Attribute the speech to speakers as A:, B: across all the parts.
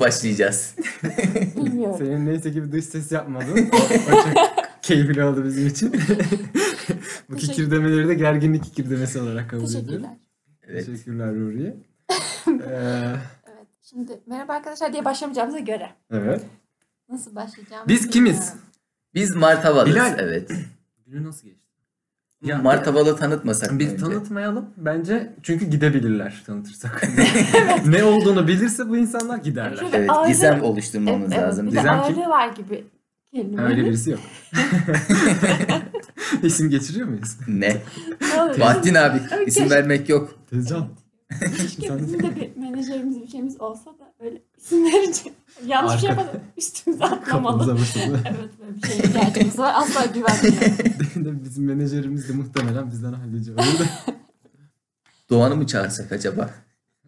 A: başlayacağız?
B: Bilmiyorum.
C: Senin neyse gibi dış ses yapmadın. O, o çok keyifli oldu bizim için. Bu
B: Teşekkür-
C: kikirdemeleri de gerginlik kikirdemesi olarak kabul ediyorum.
B: Teşekkürler.
A: Evet.
C: Teşekkürler Nuriye. Ee,
B: Evet. Şimdi merhaba arkadaşlar diye başlamayacağımıza göre.
C: evet.
B: Nasıl başlayacağımı
C: Biz kimiz?
B: bilmiyorum.
A: Biz Martavalı'ız.
C: Bilal.
A: Evet.
D: Günü nasıl geçti?
C: Ya-
A: Martavalı tanıtmasak
C: Bir
A: önce.
C: tanıtmayalım bence çünkü gidebilirler tanıtırsak. ne olduğunu bilirse bu insanlar giderler.
B: Şöyle
A: Evet,
B: ağzı-
A: gizem oluşturmamız
B: Evet, evet.
A: lazım.
B: Bir de
A: Gizem.
C: Gizem kim?
B: ağırlığı var gibi kelime.
C: Öyle birisi yok. İsim geçiriyor muyuz?
A: Ne?
B: Ne olur.
A: Bahattin abi
B: Ay,
A: isim
B: keşke-
A: vermek yok.
C: Tezcan.
B: Keşke
C: Sen-
B: bizim de bir menajerimiz bir şeyimiz olsa da böyle isim verici. Yanlış bir şey
C: Arka-
B: yapalım. Üstümüze atlamalı.
C: Kafamıza basıldı.
B: evet böyle bir şeye ihtiyacımız var. Asla güvenmiyorum.
C: Bizim menajerimiz de muhtemelen bizden halledici olur.
A: Doğan'ı mı çağırsak acaba?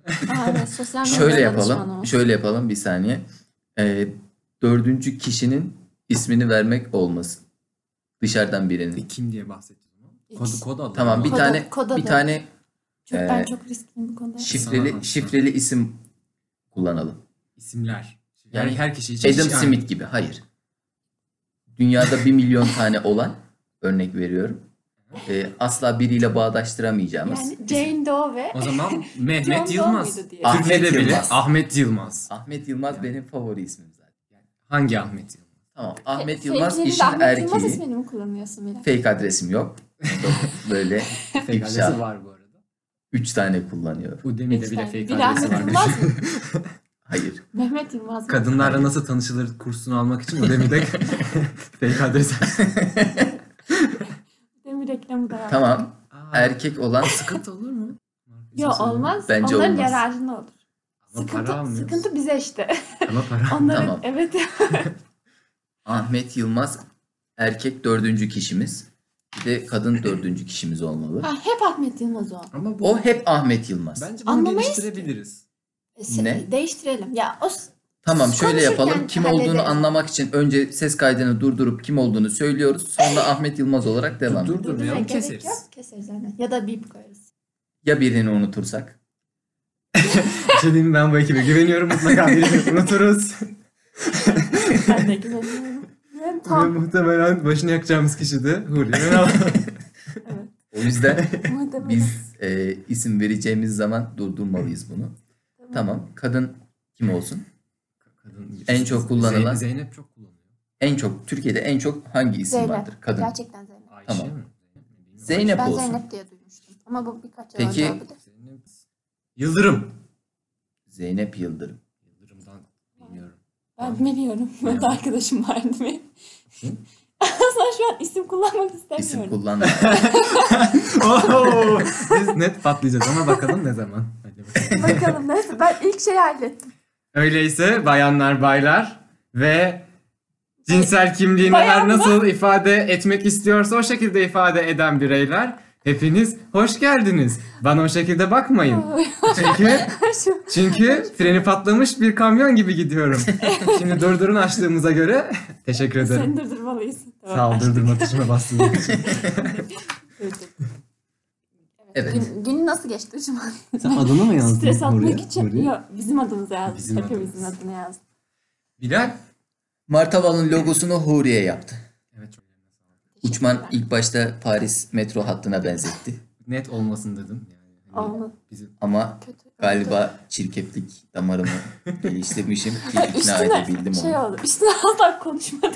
B: Aa, evet, sosyal medya
A: Şöyle yapalım.
B: danışmanımız.
A: Şöyle yapalım bir saniye. Ee, dördüncü kişinin ismini vermek olmasın. Dışarıdan birinin.
C: Kim diye bahsedeceğim.
D: Kodu kod adı.
A: Tamam bir
B: Koda-
A: tane
B: koda
A: bir
B: da.
A: tane
B: Çok, ben
A: Ee,
B: çok riskliyim bu konuda.
A: şifreli
D: Sana-
A: şifreli isim kullanalım.
C: İsimler.
A: Yani
C: Yani, her kişi için.
A: Adam
C: şey-
A: Smith gibi. Hayır. Dünyada bir milyon tane olan örnek veriyorum. Ee, asla biriyle bağdaştıramayacağımız.
B: Yani Jane Doe ve
D: O zaman
B: John
D: Mehmet
B: Doe
D: Yılmaz.
B: muydu diye.
A: Ahmet
D: Türkiye'de bile
A: Yılmaz.
D: Ahmet Yılmaz.
A: Ahmet Yılmaz benim favori ismim zaten.
D: Hangi Ahmet Yılmaz?
A: Tamam.
B: Fe-
A: E, Ahmet Yılmaz
B: sevgilinin
A: işin
B: Ahmet
A: erkeği.
B: Yılmaz ismini mi kullanıyorsun Melek?
A: Fake adresim yok. Böyle
C: Fake
A: İfşa.
C: adresi var bu arada.
A: 3 tane kullanıyorum.
C: Udemy'de bile
B: Lütfen.
C: fake
B: Bir
C: adresi
B: Ahmet
C: var.
B: Yılmaz mı?
A: Hayır.
B: Mehmet Yılmaz mı?
C: Kadınlarla nasıl tanışılır kursunu almak için Udemy'de fake adres.
B: Demir reklamı da var.
A: Tamam.
C: Aa,
A: Erkek olan
C: Sıkıntı olur mu?
B: Yo olmaz.
A: Bence
B: Onların
A: olmaz.
B: yararına olur.
C: Ama
B: sıkıntı,
C: para almıyoruz.
B: sıkıntı bize işte.
C: Ama para.
B: Onların
A: Tamam.
B: evet.
A: Ahmet Yılmaz erkek dördüncü kişimiz. Bir de kadın dördüncü kişimiz olmalı.
B: Ha, hep Ahmet Yılmaz o.
C: Ama bu
A: O hep Ahmet Yılmaz.
C: bence bunu
B: Anlamayız
C: geliştirebiliriz.
B: E, şey,
A: Ne?
B: Değiştirelim. Ya o s-
A: Tamam şöyle
B: Konuşurken
A: yapalım. Kim olduğunu
B: hallederiz.
A: anlamak için önce ses kaydını durdurup kim olduğunu söylüyoruz. Sonra Ahmet Yılmaz olarak devam.
C: Dur,
B: durdurmaya
C: Durdurmayalım,
B: gerek
C: keseriz.
B: yok. Keseriz aynen. Ya da bip koyarız.
A: Ya birini unutursak?
C: Bir şey diyeyim mi? ben bu ekibe güveniyorum mutlaka birini unuturuz.
B: Ben de güveniyorum. Yani
C: Ve
B: tam
C: muhtemelen başını yakacağımız kişi de Huriye Önal.
A: O yüzden
B: muhtemelen.
A: biz e, isim vereceğimiz zaman durdurmalıyız bunu. Tamam. Kadın kim olsun?
C: Kadın-
A: En çok kullanılan-
C: Zeyn- Zeynep çok kullanıyor.
A: En çok Türkiye'de en çok hangi isim
B: Zeynep.
A: vardır? Kadın.
B: Gerçekten Zeynep.
C: Ayşe
A: Tamam.
C: mi?
A: Zeynep
B: Ben
A: olsun.
B: Zeynep diye duymuştum. Ama bu birkaç yıl
A: Peki-
B: önce olabilir.
C: Zeynep. Yıldırım.
A: Zeynep Yıldırım.
C: Yıldırım'dan bilmiyorum.
B: Ben biliyorum. Böyle arkadaşım vardı benim. Aslında şu an isim kullanmak
A: İsim
B: istemiyorum.
A: kullanma.
C: Oo, Oh! biz net patlayacağız ama bakalım ne zaman. Hadi bakalım.
B: Bakalım neyse ben ilk şeyi hallettim.
C: Öyleyse bayanlar baylar ve cinsel kimliğini
B: Bayan
C: her
B: mı?
C: nasıl ifade etmek istiyorsa o şekilde ifade eden bireyler. Hepiniz hoş geldiniz. Bana o şekilde bakmayın. Çünkü
B: Şu-
C: çünkü freni patlamış bir kamyon gibi gidiyorum. Şimdi durdurun açtığımıza göre teşekkür ederim.
B: Seni durdurmalıyız. Tamam,
C: Sağ ol
B: açtık.
C: durdurma tuşuna bastığın için.
B: Durdurdum.
A: Evet.
B: Gün, günün nasıl geçti şu an?
C: Sen adını mı yazdın?
B: Stres atmak
C: oraya?
B: için.
C: Oraya?
B: Yok bizim adımıza yazdım.
C: Bizim
B: Hepimizin
C: adımız.
B: adını yazdım.
C: Bilal.
A: Martaval'ın logosunu Huriye yaptı.
C: Evet çok eline sağlık.
A: Uçman ilk başta Paris metro hattına benzetti.
C: Net olmasın dedim. Yani hani
B: Olmadı.
C: bizim
A: Ama
B: Kötü.
A: galiba çirkeplik damarımı geliştirmişim ki
B: Ya
A: ikna
B: üstüne
A: edebildim
B: şey
A: onu.
B: oldu. Üstüne asla konuşmadık.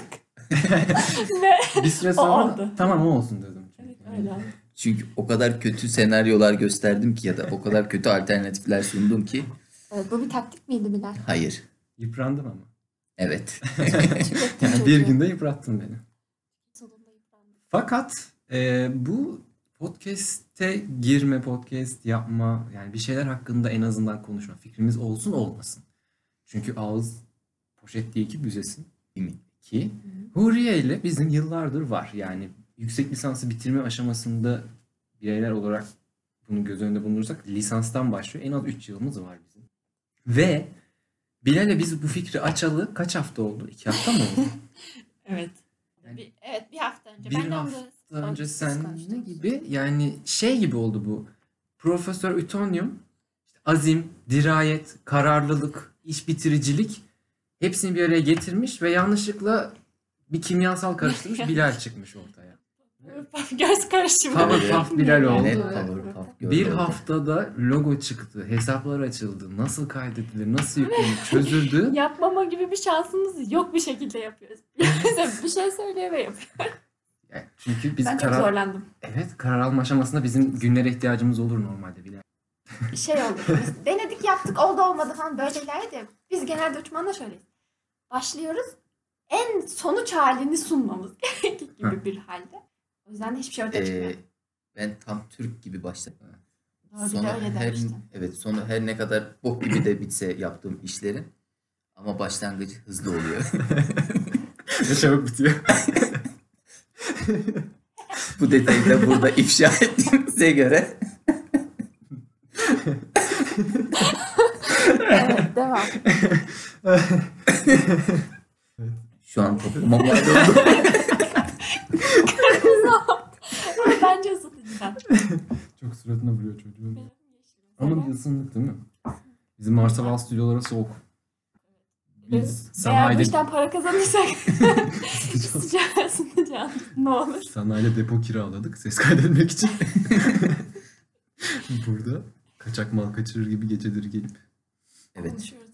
B: Ve
C: bir süre
B: sonra-
C: sonra
B: oldu.
C: tamam o olsun dedim.
B: evet, öyle oldu.
A: Çünkü o kadar kötü senaryolar gösterdim ki ya da o kadar kötü alternatifler sundum ki
B: Evet, Ee, bu bir taktik miydi Bilal?
A: hayır.
C: Yıprandım ama.
A: Evet.
B: Tükettim
C: Yani bir
B: çocuğu.
C: günde yıprattın beni.
B: Sonunda yıprandım.
C: Fakat e, bu podcast'e girme, podcast yapma yani bir şeyler hakkında en azından konuşma fikrimiz olsun olmasın. Çünkü ağız poşet değil ki büzesin. Değil mi? Ki Huriye ile bizim yıllardır var. Yani yüksek lisansı bitirme aşamasında bireyler olarak bunu göz önünde bulundurursak lisanstan başlıyor. En az 3 yılımız var bizim. Ve Bilal'e biz bu fikri açalı kaç hafta oldu? 2 hafta mı oldu?
B: Evet.
C: Yani
B: bir, evet bir hafta önce.
C: bir
B: ben de
C: hafta
B: onu
C: Daha önce
B: siz
C: sen ne
B: konuştunuz.
C: gibi yani şey gibi oldu bu. Profesör Ütonyum, işte azim, dirayet, kararlılık, iş bitiricilik hepsini bir araya getirmiş ve yanlışlıkla bir kimyasal karıştırmış Bilal çıkmış ortaya.
B: Göz karışımı.
C: Powerpuff Bilal oldu.
A: Net
C: ve-
A: Powerpuff Girl
C: Bir
A: oldu.
C: haftada logo çıktı, hesaplar açıldı, nasıl kaydedilir, nasıl yüklenir, çözüldü.
B: Yapmama gibi bir şansımız yok bir şekilde yapıyoruz. Mesela bir şey söyleyemeyim.
C: Yani çünkü
B: Ben
C: biz
B: çok
C: karar,
B: zorlandım.
C: evet, karar alma aşamasında bizim günlere ihtiyacımız olur normalde Bilal.
B: Şey oldu. Biz denedik yaptık oldu olmadı falan böyle ilerledi. ya. Biz genelde uçmanda şöyleyiz. Başlıyoruz. En sonuç halini sunmamız gerekir gibi bir halde. O yüzden de hiçbir şey ortaya çıkmıyor.
A: Ee, ben tam Türk gibi başladım.
B: Doğru, bir
A: Sonu
B: de öyle
A: her,
B: demiştim.
A: evet sonu her ne kadar bok gibi de bitse yaptığım işlerin ama başlangıcı hızlı oluyor.
C: Ve çabuk bitiyor.
A: Bu detayı da burada ifşa ettiğimize göre
B: Evet devam.
A: şu an topluma mal oldu.
B: Bence ısıtıcıdan.
C: Çok suratına vuruyor çocuğun.
B: Benim yeşilim.
C: Ama bir ısındık değil mi? Bizim Marsaval stüdyoları soğuk. Biz
B: Eğer bu
C: sanayide,
B: işten para kazanırsak sıcağı ısıtacağım. Ne olur.
C: sanayide depo kiraladık ses kaydetmek için. Burada kaçak mal kaçırır gibi geceleri gelip.
A: Evet.
B: Konuşuyoruz.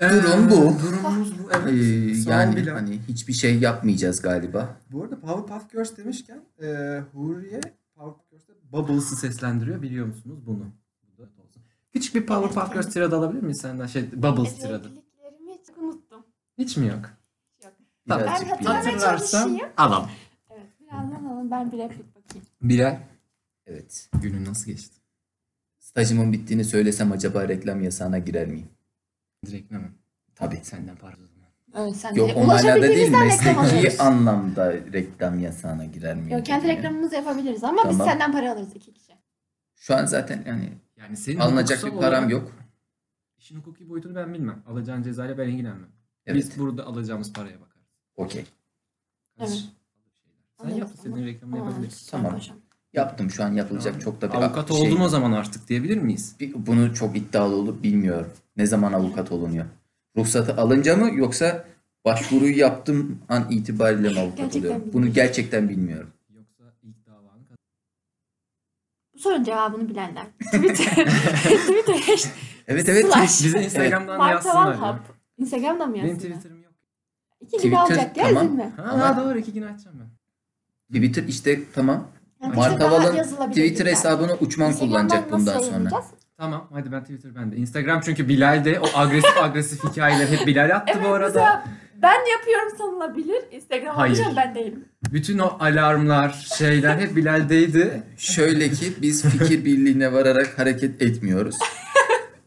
A: Durum
C: Ah.
A: bu.
D: Durumumuz bu.
A: Ee,
D: Evet. Sağ ol
A: yani
D: Bilal.
A: hani hiçbir şey yapmayacağız galiba.
D: Bu arada Powerpuff Girls demişken e, Huriye Powerpuff Girls'te
C: Bubbles'ı seslendiriyor biliyor musunuz bunu? Küçük bir Powerpuff Girls tiradı alabilir miyiz senden? Şey, Bubbles tiradı.
B: Özelliklerimi hiç unuttum.
C: Hiç mi yok? Tamam.
B: Ben
A: Birazcık bir...
B: hatırlamaya
D: Hatırlarsam
B: çalışayım.
C: Alalım.
B: Evet birazdan alın ben bir replik bakayım.
C: Bilal.
A: Evet.
D: günü nasıl geçti?
A: Stajımın bittiğini söylesem acaba reklam yasağına girer miyim?
D: Direkt mi?
A: Tabii.
D: Senden para o zaman.
B: Evet sen
A: Yok
B: de
A: o manada değil
B: ulaşabildiğimizden reklam alıyoruz.
A: mesleki anlamda reklam yasağına girer miyim?
B: Yok kendi
A: dedim ya.
B: reklamımızı yapabiliriz ama biz
A: Tamam.
B: senden para alırız iki kişi.
A: Şu an zaten yani
C: Yani senin
A: alınacak bir
C: hukuksal
A: param
C: olarak-
A: yok.
C: İşin hukuki boyutunu ben bilmem. Alacağın cezayla ben ilgilenmem.
A: Evet.
C: Biz burada alacağımız paraya bakarız.
A: Okey.
C: Kaç
B: Evet.
C: Sen yap istediğin reklamını yapabilirsin.
A: Tamam.
B: Paşam.
A: Yaptım şu an yapılacak çok da bir
C: Avukat
A: şey-
C: oldum o zaman artık diyebilir miyiz?
A: Bir- Bunu çok iddialı olup bilmiyorum. Ne zaman avukat olunuyor? Ruhsatı alınca mı yoksa başvuruyu yaptığım an itibariyle mi avukat
B: Gerçekten
A: oluyorum?
B: bilmiyorum.
A: Bunu gerçekten bilmiyorum.
C: Yoksa ilk davanı kazan.
B: Bu sorunun cevabını bilenler. Twitter. Twitter. hashtag
A: Evet evet.
B: Slash.
C: Bize Instagram'dan
B: Martavan
C: yazsınlar.
B: Hub.
C: ya.
B: Instagram'da mı
C: Benim
B: yazsınlar?
C: Twitter'ım yok.
B: İki gibi
A: Twitter,
B: alacak ya
A: tamam.
B: üzülme.
C: Ha,
A: Ama-
C: doğru iki gün açacağım ben.
A: Twitter işte tamam.
B: Yani
A: Marta
B: bize daha
A: Val'ın
B: yazılabilir
A: Twitter
B: bilgiler.
A: hesabını uçman
B: Instagram'dan
A: kullanacak
B: nasıl
A: bundan sonra.
B: yayınlayacağız?
C: Tamam hadi ben Twitter bende. Instagram çünkü Bilal'de o agresif agresif hikayeler hep Bilal attı bu
B: Evet
C: arada.
B: mesela ben yapıyorum sanılabilir. Instagram
C: Hayır.
B: alacağım ben değilim.
C: Bütün o alarmlar şeyler hep Bilal'deydi.
A: Şöyle ki biz fikir birliğine vararak hareket etmiyoruz.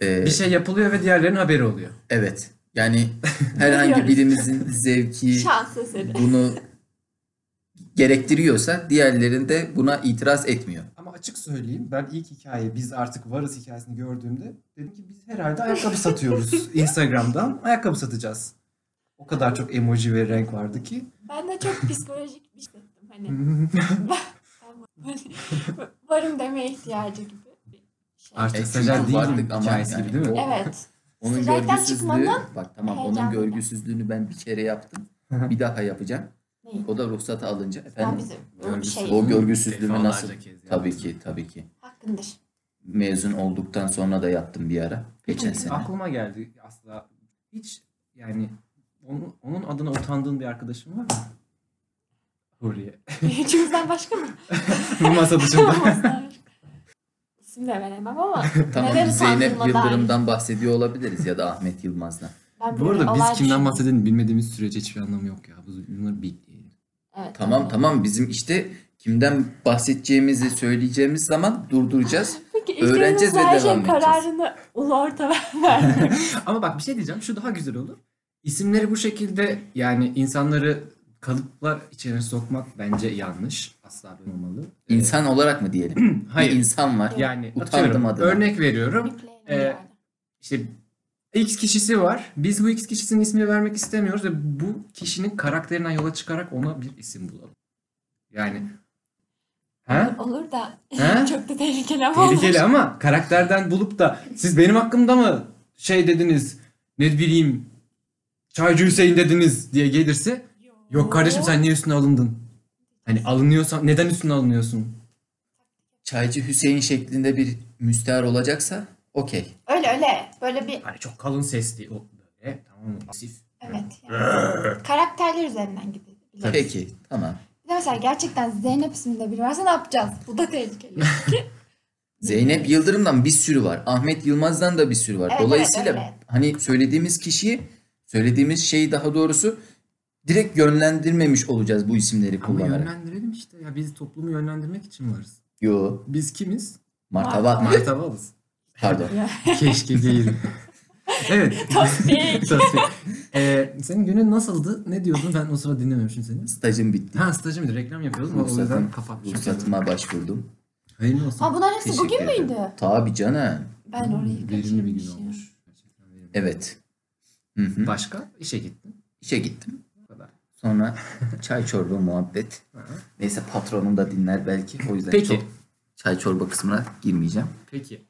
A: Ee,
C: Bir şey yapılıyor ve diğerlerinin haberi oluyor.
A: Evet. Yani herhangi
B: Biliyoruz.
A: birimizin zevki
B: Şans eseri.
A: bunu gerektiriyorsa diğerlerinde buna itiraz etmiyor.
D: Ama açık söyleyeyim ben ilk hikaye biz artık varız hikayesini gördüğümde dedim ki biz herhalde ayakkabı satıyoruz Instagram'dan ayakkabı satacağız. O kadar çok emoji ve renk vardı ki.
B: Ben de çok psikolojik bir şey ettim. Hani ben varım demeye ihtiyacı gibi bir şey.
C: Artık
A: E,
C: stajyer
A: çünkü
C: değilim
A: vardık ama
C: hikayesi
A: yani
C: gibi değil mi?
B: Evet.
A: Onun
B: Sıcaktan
A: görgüsüzlüğü
B: çıkmanın
A: bak tamam onun
B: heyecanı.
A: görgüsüzlüğünü ben bir kere yaptım. Bir daha yapacağım.
B: Neyi?
A: O da ruhsatı alınca
B: Ben
A: efendim
B: bize o
C: Görgüsüz.
B: şey
A: o görgüsüzlüğümü
C: Defalarca
A: nasıl
C: kez yaptım.
A: tabii ki tabii ki
B: hakkındır.
A: mezun olduktan sonra da yaptım bir ara geçen sene.
C: Aklıma geldi asla. Hiç yani onun, onun adına utandığın bir arkadaşın var mı? Huriye.
B: Üçümüzden başka mı?
C: Bu masa dışında.
B: Olmazlar. İsim de veremem ama neden
A: Tamam Zeynep
B: utandığıma dair.
A: Yıldırım'dan bahsediyor olabiliriz ya da Ahmet Yılmaz'dan.
B: Ben
C: Bu
B: böyle
C: arada
B: olay
C: biz kimden
B: düşündüm.
C: bahsedelim bilmediğimiz sürece hiçbir anlamı yok ya. Bunları bekleyelim.
B: Evet,
A: Tamam tamam bizim işte kimden bahsedeceğimizi söyleyeceğimiz zaman durduracağız.
B: Peki ilk
A: Öğreneceğiz ve
B: her
A: devam
B: şey
A: edeceğiz.
B: kararını ulu orta vermiyor.
C: Ama bak bir şey diyeceğim. Şu daha güzel olur. İsimleri bu şekilde yani insanları kalıplar içine sokmak bence yanlış. Asla böyle olmalı. Ee,
A: İnsan olarak mı diyelim?
C: hayır.
A: Bir insan var.
C: yani
A: Utandım
C: atıyorum,
A: adına.
C: örnek veriyorum.
B: Yükleyelim
C: Ee,
B: yani.
C: İşte X kişisi var. Biz bu X kişisinin ismini vermek istemiyoruz ve bu kişinin karakterinden yola çıkarak ona bir isim bulalım. Yani he?
B: Olur da
C: He?
B: çok da tehlikeli ama olur.
C: Tehlikeli ama karakterden bulup da siz benim hakkımda mı şey dediniz? ne bileyim Çaycı Hüseyin dediniz diye gelirse yok kardeşim sen niye üstüne alındın? Hani alınıyorsan neden üstüne alınıyorsun?
A: Çaycı Hüseyin şeklinde bir müstehar olacaksa okey.
B: Öyle öyle. Böyle bir
C: Hani çok kalın sesli o böyle tamam mı? Pasif.
B: evet. Yani. Karakterler üzerinden gidiyor.
A: Peki tamam.
B: Bir de mesela gerçekten Zeynep isminde biri varsa ne yapacağız? Bu da tehlikeli.
A: Zeynep Yıldırım'dan bir sürü var. Ahmet Yılmaz'dan da bir sürü var.
B: Evet,
A: Dolayısıyla
B: evet, evet.
A: hani söylediğimiz kişiyi, söylediğimiz şeyi daha doğrusu direkt yönlendirmemiş olacağız bu isimleri
C: Ama
A: kullanarak.
C: yönlendirelim işte ya biz toplumu yönlendirmek için varız.
A: Yo,
C: Biz kimiz?
A: martava,
C: Martavalız.
A: pardon.
C: Keşke değil. evet.
B: Tasdik.
C: Tasdik. Ee, senin günün nasıldı? Ne diyordun? Ben o sırada dinlememişim seni.
A: Stajım bitti.
C: Ha stajım mıydı? Reklam yapıyordum. ama O
A: Ruhsatım-
C: yüzden kapatmışım.
A: Ruhsatıma başvurdum.
C: Hayırlı olsun.
B: Ama bunların hepsi
A: Teşekkür
B: bugün
A: ederim.
B: müydü?
A: Tabii canım.
B: Ben orayı
C: Verimli bir gün
B: kaçırmışım.
C: olmuş. Gerçekten verimli.
A: Evet. Hı hı.
C: Başka? İşe gittin.
A: İşe gittim.
C: Bu kadar.
A: Sonra çay çorba muhabbet.
C: Ha.
A: Neyse patronum da dinler belki. O yüzden
C: Peki.
A: çok çay çorba kısmına girmeyeceğim.
C: Peki.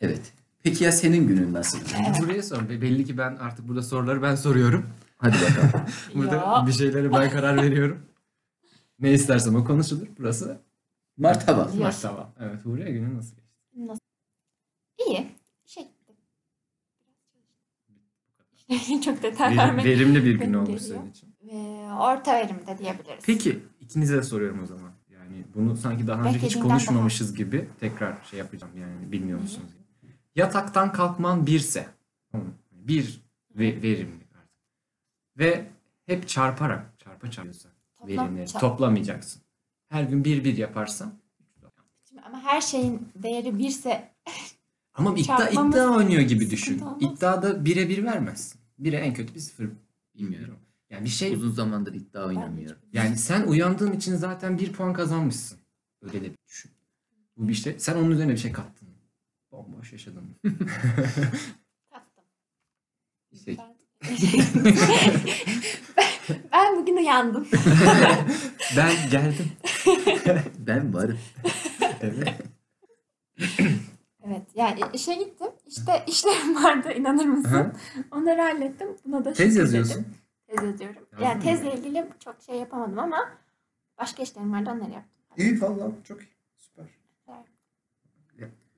A: Evet. Peki ya senin günün nasıl?
C: Buraya sor. Be- Belli ki ben artık burada soruları ben soruyorum.
A: Hadi bakalım.
C: Burada
B: Ya.
C: bir şeylere ben karar veriyorum. ne istersen o konuşulur. Burası
A: Martaba.
B: Yok.
C: Martaba. Evet Huriye günü nasıl geçti?
B: Nasıl? İyi. Şey. Çok detay
C: Verim-
B: vermek.
C: verimli bir gün
B: benim
C: olmuş
B: geliyor.
C: senin için.
B: Ee, orta verimde diyebiliriz.
C: Peki ikinize de soruyorum o zaman. Yani bunu sanki daha önce hiç
B: Beklediğimden
C: konuşmamışız gibi tekrar şey yapacağım yani bilmiyor musunuz? gibi. Yataktan kalkman birse tamam mı? bir ve, verimli artık. Ve hep çarparak çarpa çarpıyorsan
B: Toplam
C: verimleri
B: ça-
C: toplamayacaksın. Her gün bir bir yaparsan
B: Şimdi Ama her şeyin değeri birse
C: ama iddia,
B: Çarpmamız
C: iddia oynuyor gibi düşün.
B: sıkıntı olmaz.
C: İddiada bire bir vermezsin. Bire en kötü bir sıfır.
A: Bilmiyorum.
C: Yani bir şey
A: Uzun zamandır iddia oynamıyorum.
C: Yani sen uyandığın için zaten bir puan kazanmışsın. Öyle de bir düşün. Bu bir işte sen onun üzerine bir şey kattın. Bomboş yaşadın.
B: kattım.
A: Şey.
B: Ben, ben bugün uyandım.
C: ben geldim.
B: şey
A: Ben varım.
C: Evet.
B: Evet yani işe gittim. İşte işlerim vardı inanır mısın? Onları hallettim. Buna da
C: Tez
B: şükür
C: yazıyorsun.
B: dedim. Tez yazıyorum.
C: Yazdın
B: yani
C: mı?
B: tezle ilgili çok şey yapamadım ama başka işlerim vardı onları yaptım.
D: İyi valla çok iyi. Süper.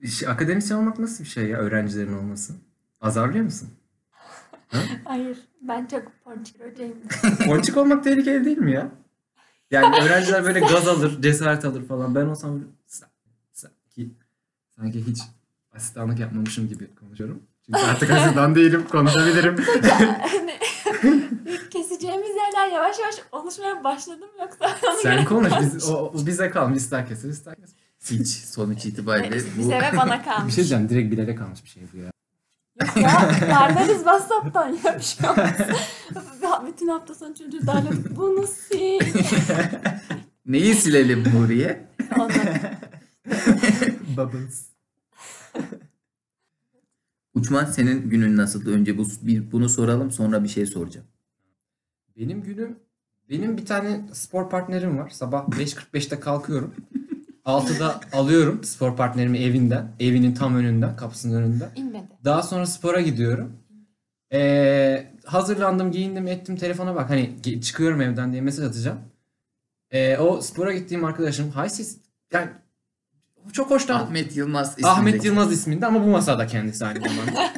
C: İş- Akademisyen olmak nasıl bir şey ya öğrencilerin olması? Azarlıyor musun?
B: Hayır ben çok ponçik hocayım.
C: Ponçik olmak tehlikeli değil mi ya? Yani öğrenciler böyle gaz alır, cesaret alır falan. Ben olsam böyle sa- sanki, sanki hiç asistanlık yapmamışım gibi konuşuyorum. Çünkü artık asistan değilim, konuşabilirim.
B: Hani Keseceğimiz yerler yavaş yavaş oluşmaya başladım yoksa ona
C: Sen
B: göre
C: konuş. Biz, o, o bize kalmış. İster keser ister kesmez.
A: Hiç sonuç itibariyle bu
B: bize ve Hani bana
C: Bir
B: kalmış.
C: şey diyeceğim. Direkt bilerek kalmış bir şey bu ya.
B: ya darlarız WhatsApp'tan ya bir şey olmaz. Bütün hafta sonu çocuğu darladık. Bunu sil.
A: neyi silelim Nuriye?
B: Ondan
C: Bubbles.
A: Uçman senin günün nasıldı? Önce bu bir bunu soralım sonra bir şey soracağım.
C: Benim günüm... Benim bir tane spor partnerim var. Sabah 5.45'te kalkıyorum. 6'da alıyorum spor partnerimi evinden. Evinin tam önünden, kapısının önünden.
B: inmedi.
C: Daha sonra spora gidiyorum. Ee, hazırlandım, giyindim, ettim. Telefona bak. Hani ge- çıkıyorum evden diye mesaj atacağım. Ee, o spora gittiğim arkadaşım. Hay siz... Yani çok hoşlan...
A: Ahmet Yılmaz ismindeki.
C: Ahmet Yılmaz isminde ama bu masada kendisi aynı zamanda.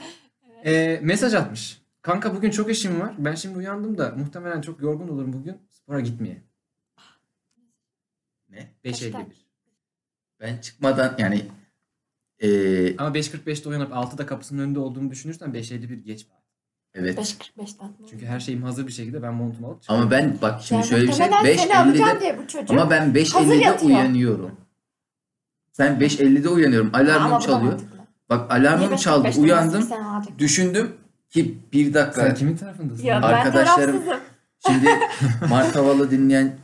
C: Ee, mesaj atmış. Kanka bugün çok işim var. Ben şimdi uyandım da muhtemelen çok yorgun olurum bugün. Spora gitmeye.
A: Ne?
C: 5.51.
A: Ben çıkmadan yani e, eee,
C: Ama 5.45'te uyanıp 6'da kapısının önünde olduğumu düşünürsen 5.51 geç.
A: evet.
B: 5.45'ten.
C: Çünkü her şeyim hazır bir şekilde ben montumu alıp çıkıyorum.
A: Ama ben bak şimdi
B: Yani
A: şöyle bir şey.
B: muhtemelen seni
A: 5.50'de
B: alacağım diye bu çocuk.
A: ama ben
B: Hazır
A: 5.50'de
B: yatıyor.
A: uyanıyorum. Ben 5.50'de uyanıyorum.
B: Ama
A: Alarmım
B: bu da
A: çalıyor.
B: mantıklı.
A: Bak
B: Niye
A: alarmım
B: 5.45'ten
A: çaldı.
B: nasıl
A: Uyandım.
B: sen alacaksın?
A: Düşündüm ki bir dakika.
C: Sen kimin tarafındasın?
B: Ya ben
A: Arkadaşlarım-
B: tarafsızım.
A: Şimdi Mart Havalı dinleyen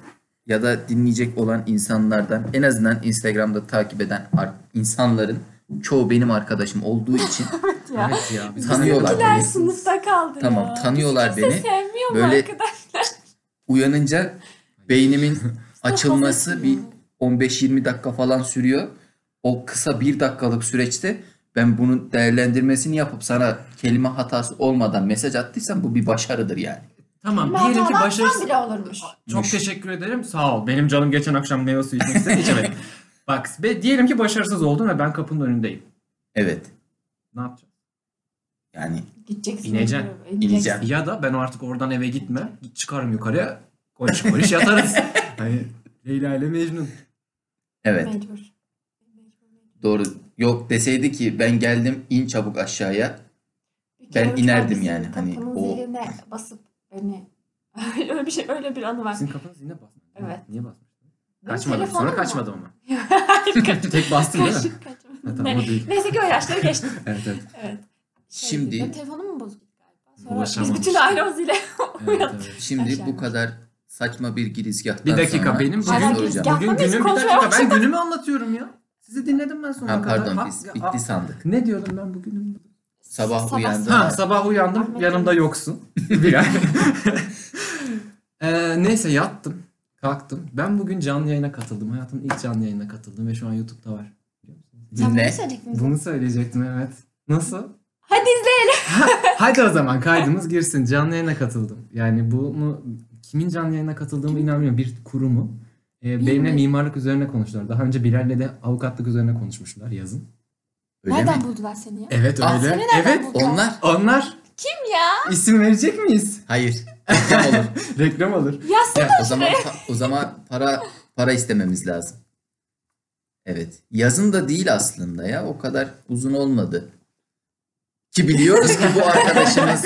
A: ya da dinleyecek olan insanlardan en azından Instagram'da takip eden ar- insanların çoğu benim arkadaşım olduğu için
B: Ya.
C: Evet ya. biz-
A: Tanıyorlar
B: Bizimkiler
A: beni.
B: sınıfta kaldı
A: Tamam,
B: ya.
A: tanıyorlar
B: Kimse
A: beni.
B: sevmiyor mu
A: Böyle-
B: arkadaşlar?
A: uyanınca beynimin açılması bir
B: hazır değil.
A: 15-20 dakika falan sürüyor. O kısa bir dakikalık süreçte ben bunun değerlendirmesini yapıp sana kelime hatası olmadan mesaj attıysam bu bir başarıdır yani.
C: Tamam
B: Ama
C: diyelim ki
B: hatalardan
C: başarısız.
B: bile olurmuş.
C: Çok teşekkür ederim. Sağ ol. Benim canım geçen akşam meyve suyu içmek istedi. içemedim. Bak be, diyelim ki başarısız oldun ve ben kapının önündeyim.
A: Evet.
C: Ne yapacağım?
A: Yani
B: Gideceksin.
C: İneceksin.
A: İneceğim.
C: Ya da ben artık oradan eve gitme. Git çıkarım yukarıya. Koş koş yatarız. hani Leyla ile Mecnun.
A: evet.
B: Mecbur.
A: Doğru. Yok deseydi ki ben geldim in çabuk aşağıya.
B: Bir
A: Ben
B: kere
A: inerdim
B: uçan
A: yani,
B: bizim
A: hani
B: kapının
A: o-
B: ziline basıp beni öyle bir şey öyle bir anı var.
C: Sizin kapınız yine basmıyor.
B: Evet.
C: Niye basmıyor?
B: Benim
C: Kaçmadım.
B: telefonum
C: Sonra
B: mu?
C: kaçmadım ama.
B: Kaç-
C: Tek bastın değil mi?
B: kaç- kaçmadım.
C: Ha, tamam o değil.
B: Neyse ki o yaşları geçtim.
C: Evet evet.
B: Evet. Şey,
A: Şimdi
B: benim telefonum mu bozuk galiba? Sonra biz
C: Ulaşamamış.
B: bütün aile o zile
C: evet, evet.
A: şimdi bu
B: Aşağı.
A: kadar saçma bir girizgahtan
C: Bir dakika
A: sonra
C: benim
A: şey
B: Hala
C: bugün,
A: soracağım.
B: girizgah.
C: bugün
B: Biz
C: günüm bir
B: konuşmaya
C: dakika ben günümü anlatıyorum ya. Sizi dinledim ben sonuna
A: Ha,
C: kadar.
A: pardon
C: Bak,
A: biz
C: ya,
A: bitti
C: aa,
A: sandık.
C: Ne diyordum ben bugünüm?
A: Sabah uyandım.
C: Ha sabah uyandım
B: Ahmet
C: yanımda yoksun. Bir ay. Ee, neyse yattım. Kalktım. Ben bugün canlı yayına katıldım. Hayatımın ilk canlı yayına katıldım ve şu an YouTube'da var.
B: Sen
A: Ne?
B: bunu söyleyecek misin?
C: Bunu söyleyecektim evet. Nasıl?
B: Hadi izleyelim.
C: Hadi o zaman kaydımız girsin. Canlı yayına katıldım. Yani bunu kimin canlı yayına katıldığımı inanmıyorum. Bir kurumu. Ee, benimle
B: Bilmiyorum.
C: mimarlık üzerine konuştular. Daha önce Bilal'le de avukatlık üzerine konuşmuşlar yazın.
A: Öyle
B: Nereden
A: mi?
B: buldular seni ya?
C: Evet
A: Ah,
C: öyle.
B: seni nereden
C: Evet.
B: buldun?
A: Onlar?
C: Onlar
B: Kim ya?
C: isim verecek miyiz?
A: Hayır. Reklam olur.
C: Reklam alır.
B: Yazsana.
A: o zaman pa- o zaman para para istememiz lazım. Evet. Yazın da değil aslında ya. O kadar uzun olmadı. Ki biliyoruz ki bu arkadaşımız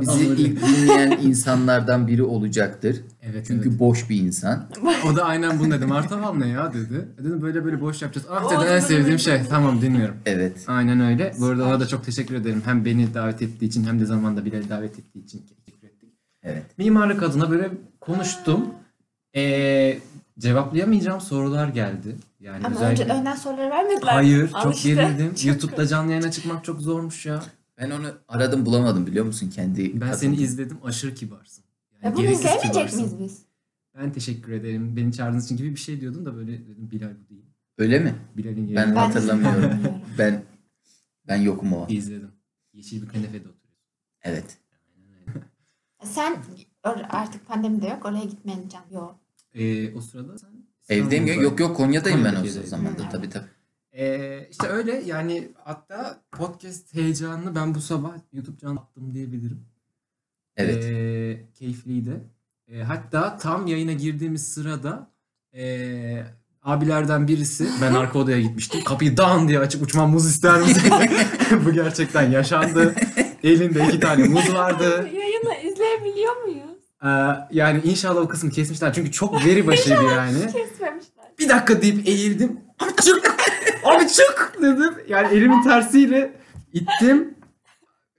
A: bizi
C: öyle.
A: ilk dinleyen insanlardan biri olacaktır.
C: Evet
A: Çünkü boş bir insan.
C: evet. o da aynen bunu dedi. Martaval ne ya dedi. E Dedim böyle böyle boş yapacağız. Ah
B: Oğlum,
C: dedi en
B: ben
C: sevdiğim
B: öyle
C: şey. Tamam dinliyorum.
A: Evet.
C: Aynen öyle. Bu arada ona da çok teşekkür ederim. Hem beni davet ettiği için hem de zamanda Bilal'i davet ettiği için teşekkür ettik.
A: Evet.
C: Mimarlık adına böyle konuştum. Ee, cevaplayamayacağım sorular geldi. Yani
B: Ama önce
C: özellikle...
B: önden soruları vermediler.
C: Hayır
B: Al
C: çok
B: işte.
C: gerildim.
B: Çok-
C: YouTube'da canlı yayına çıkmak çok zormuş ya.
A: Ben onu aradım bulamadım biliyor musun kendi
C: Ben seni
A: katıldım.
C: izledim aşırı kibarsın.
B: E bunu
C: gereksiz
B: izleyemeyecek
C: kibarsın.
B: miyiz biz?
C: Ben teşekkür ederim. Beni çağırdığınız için gibi bir şey diyordun da böyle dedim Bilal bu değil.
A: Öyle mi?
C: Bilal'in yerini
A: Ben
B: Ben
A: hatırlamıyorum.
B: hatırlamıyorum.
A: Ben ben yokum o.
C: izledim. Yeşil bir kanepede oturuyor.
A: Evet.
B: E, Sen or- artık pandemide yok oraya gitmeyen can. Yok.
C: Ee, o sırada sen...
A: Evdeyim ya.
C: İstanbul'da-
A: Yok yok Konya'dayım ben o
C: Konya'dayım.
A: zamanda.
B: Hmm.
A: Tabii tabii.
C: Ee, işte öyle yani hatta podcast heyecanını ben bu sabah YouTube canlı attım diyebilirim.
A: Evet.
C: Ee, keyifliydi. Ee, hatta tam yayına girdiğimiz sırada ee, abilerden birisi ben arka odaya gitmiştim. Kapıyı dan diye açıp uçman muz ister misin? bu gerçekten yaşandı. Elinde iki tane muz vardı.
B: Yayını izleyebiliyor muyuz?
C: Ee, yani inşallah o kısmı kesmişler. Çünkü çok veri başıydı yani.
B: Kesmemişler.
C: bir dakika deyip eğildim. Abi çık! Abi çık! dedim. Yani elimin tersiyle ittim.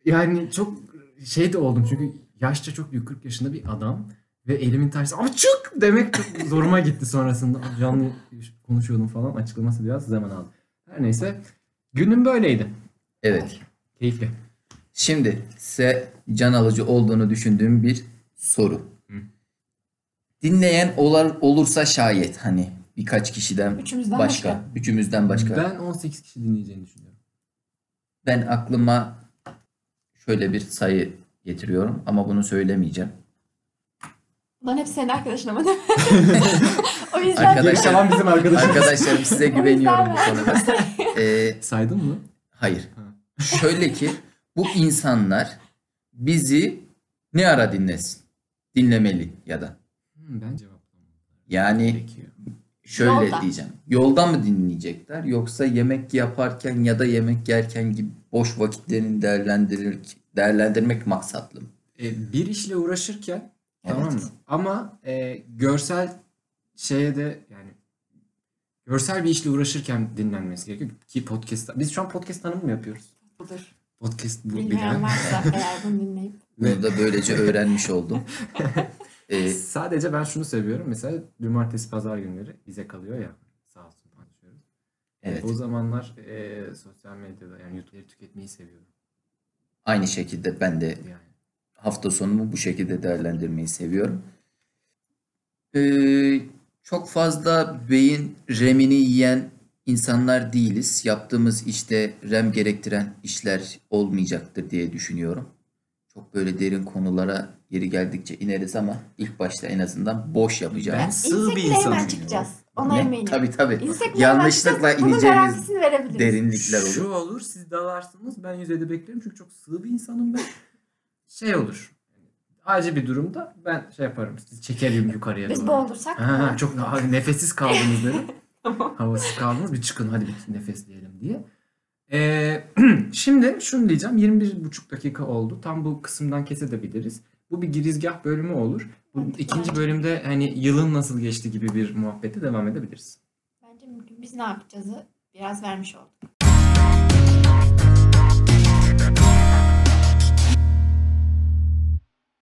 C: Yani çok şey de oldum çünkü yaşça çok büyük 40 yaşında bir adam ve elimin tersi abi çık demek çok zoruma gitti sonrasında. Canlı konuşuyordum falan açıklaması biraz zaman aldı. Her neyse günüm böyleydi.
A: Evet.
C: Keyifli.
A: Şimdi size can alıcı olduğunu düşündüğüm bir soru.
C: Hı.
A: Dinleyen olar, olursa şayet hani birkaç kişiden
B: Üçümüzden
A: başka,
B: başka.
A: üçümüzden başka. Ben,
C: Ben 18 kişi dinleyeceğini düşünüyorum.
A: aklıma şöyle bir sayı getiriyorum ama bunu söylemeyeceğim.
B: Bunların hepsi senin arkadaşın ama değil mi? o yüzden
A: Arkadaş- Arkadaşlar-
C: Geri kalan bizim arkadaşım.
A: Arkadaşlarım size güveniyorum bu
B: ben-
A: konuda. Ee,
C: Saydın mı?
A: hayır.
C: Ha.
A: Şöyle ki bu insanlar bizi ne ara dinlesin? Dinlemeli ya da.
C: Hmm, ben cevaplamadım.
A: Yani
C: Gerekiyor.
A: Şöyle
B: Yolda.
A: diyeceğim. Yoldan mı dinleyecekler yoksa yemek yaparken ya da yemek yerken gibi boş vakitlerini değerlendirir, değerlendirmek maksatlı mı?
C: E, bir işle uğraşırken
A: Evet.
C: tamam mı? Ama e, görsel şeye de yani görsel bir işle uğraşırken dinlenmesi gerekiyor ki podcast biz şu an podcast tanımı mı yapıyoruz?
B: budur.
C: Podcast bu
B: Bilmeyen
C: bilen.
B: varsa eğer bunu dinleyip.
A: Bunu da böylece öğrenmiş oldum. Ee,
C: E, Sadece ben şunu seviyorum. Mesela cumartesi pazar günleri bize kalıyor ya. Sağ olsun paylaşıyoruz.
A: evet.
C: O zamanlar e, sosyal medyada yani YouTube'ları tüketmeyi seviyorum
A: Aynı şekilde ben de
C: yani.
A: hafta sonumu bu şekilde değerlendirmeyi seviyorum. Ee, çok fazla beyin remini yiyen insanlar değiliz. Yaptığımız işte rem gerektiren işler olmayacaktır diye düşünüyorum. Çok böyle derin konulara yeri geldikçe ineriz ama ilk başta en azından boş
C: Ben
A: yapacağız.
C: sığ bir
B: İnsekle hemen
C: insanım.
B: çıkacağız. Ona
A: Ne?
B: eminim.
A: Tabii tabii.
B: İnsekle
A: Yanlışlıkla
B: hemen çıkacağız. Bunun
A: ineceğimiz
B: garantisini verebiliriz.
A: derinlikler olur.
C: Şu olur siz dalarsınız ben yüzeyde beklerim çünkü çok sığ bir insanım ben. Şey olur. Acil bir durumda ben şey yaparım sizi çekerim yukarıya
B: Biz
C: doğru.
B: boğulursak.
C: Ha, çok ha, nefessiz kaldınız derim.
B: Tamam.
C: Havasız kaldınız bir çıkın hadi bir nefesleyelim diye. Ee, şimdi şunu diyeceğim 21,5 dakika oldu. Tam bu kısımdan kesebiliriz. Bu bir girizgah bölümü olur. Bu
B: Evet,
C: ikinci
B: bence.
C: bölümde hani yılın nasıl geçti gibi bir muhabbete devam edebiliriz.
B: Bence mümkün. Biz ne yapacağızı biraz vermiş olduk.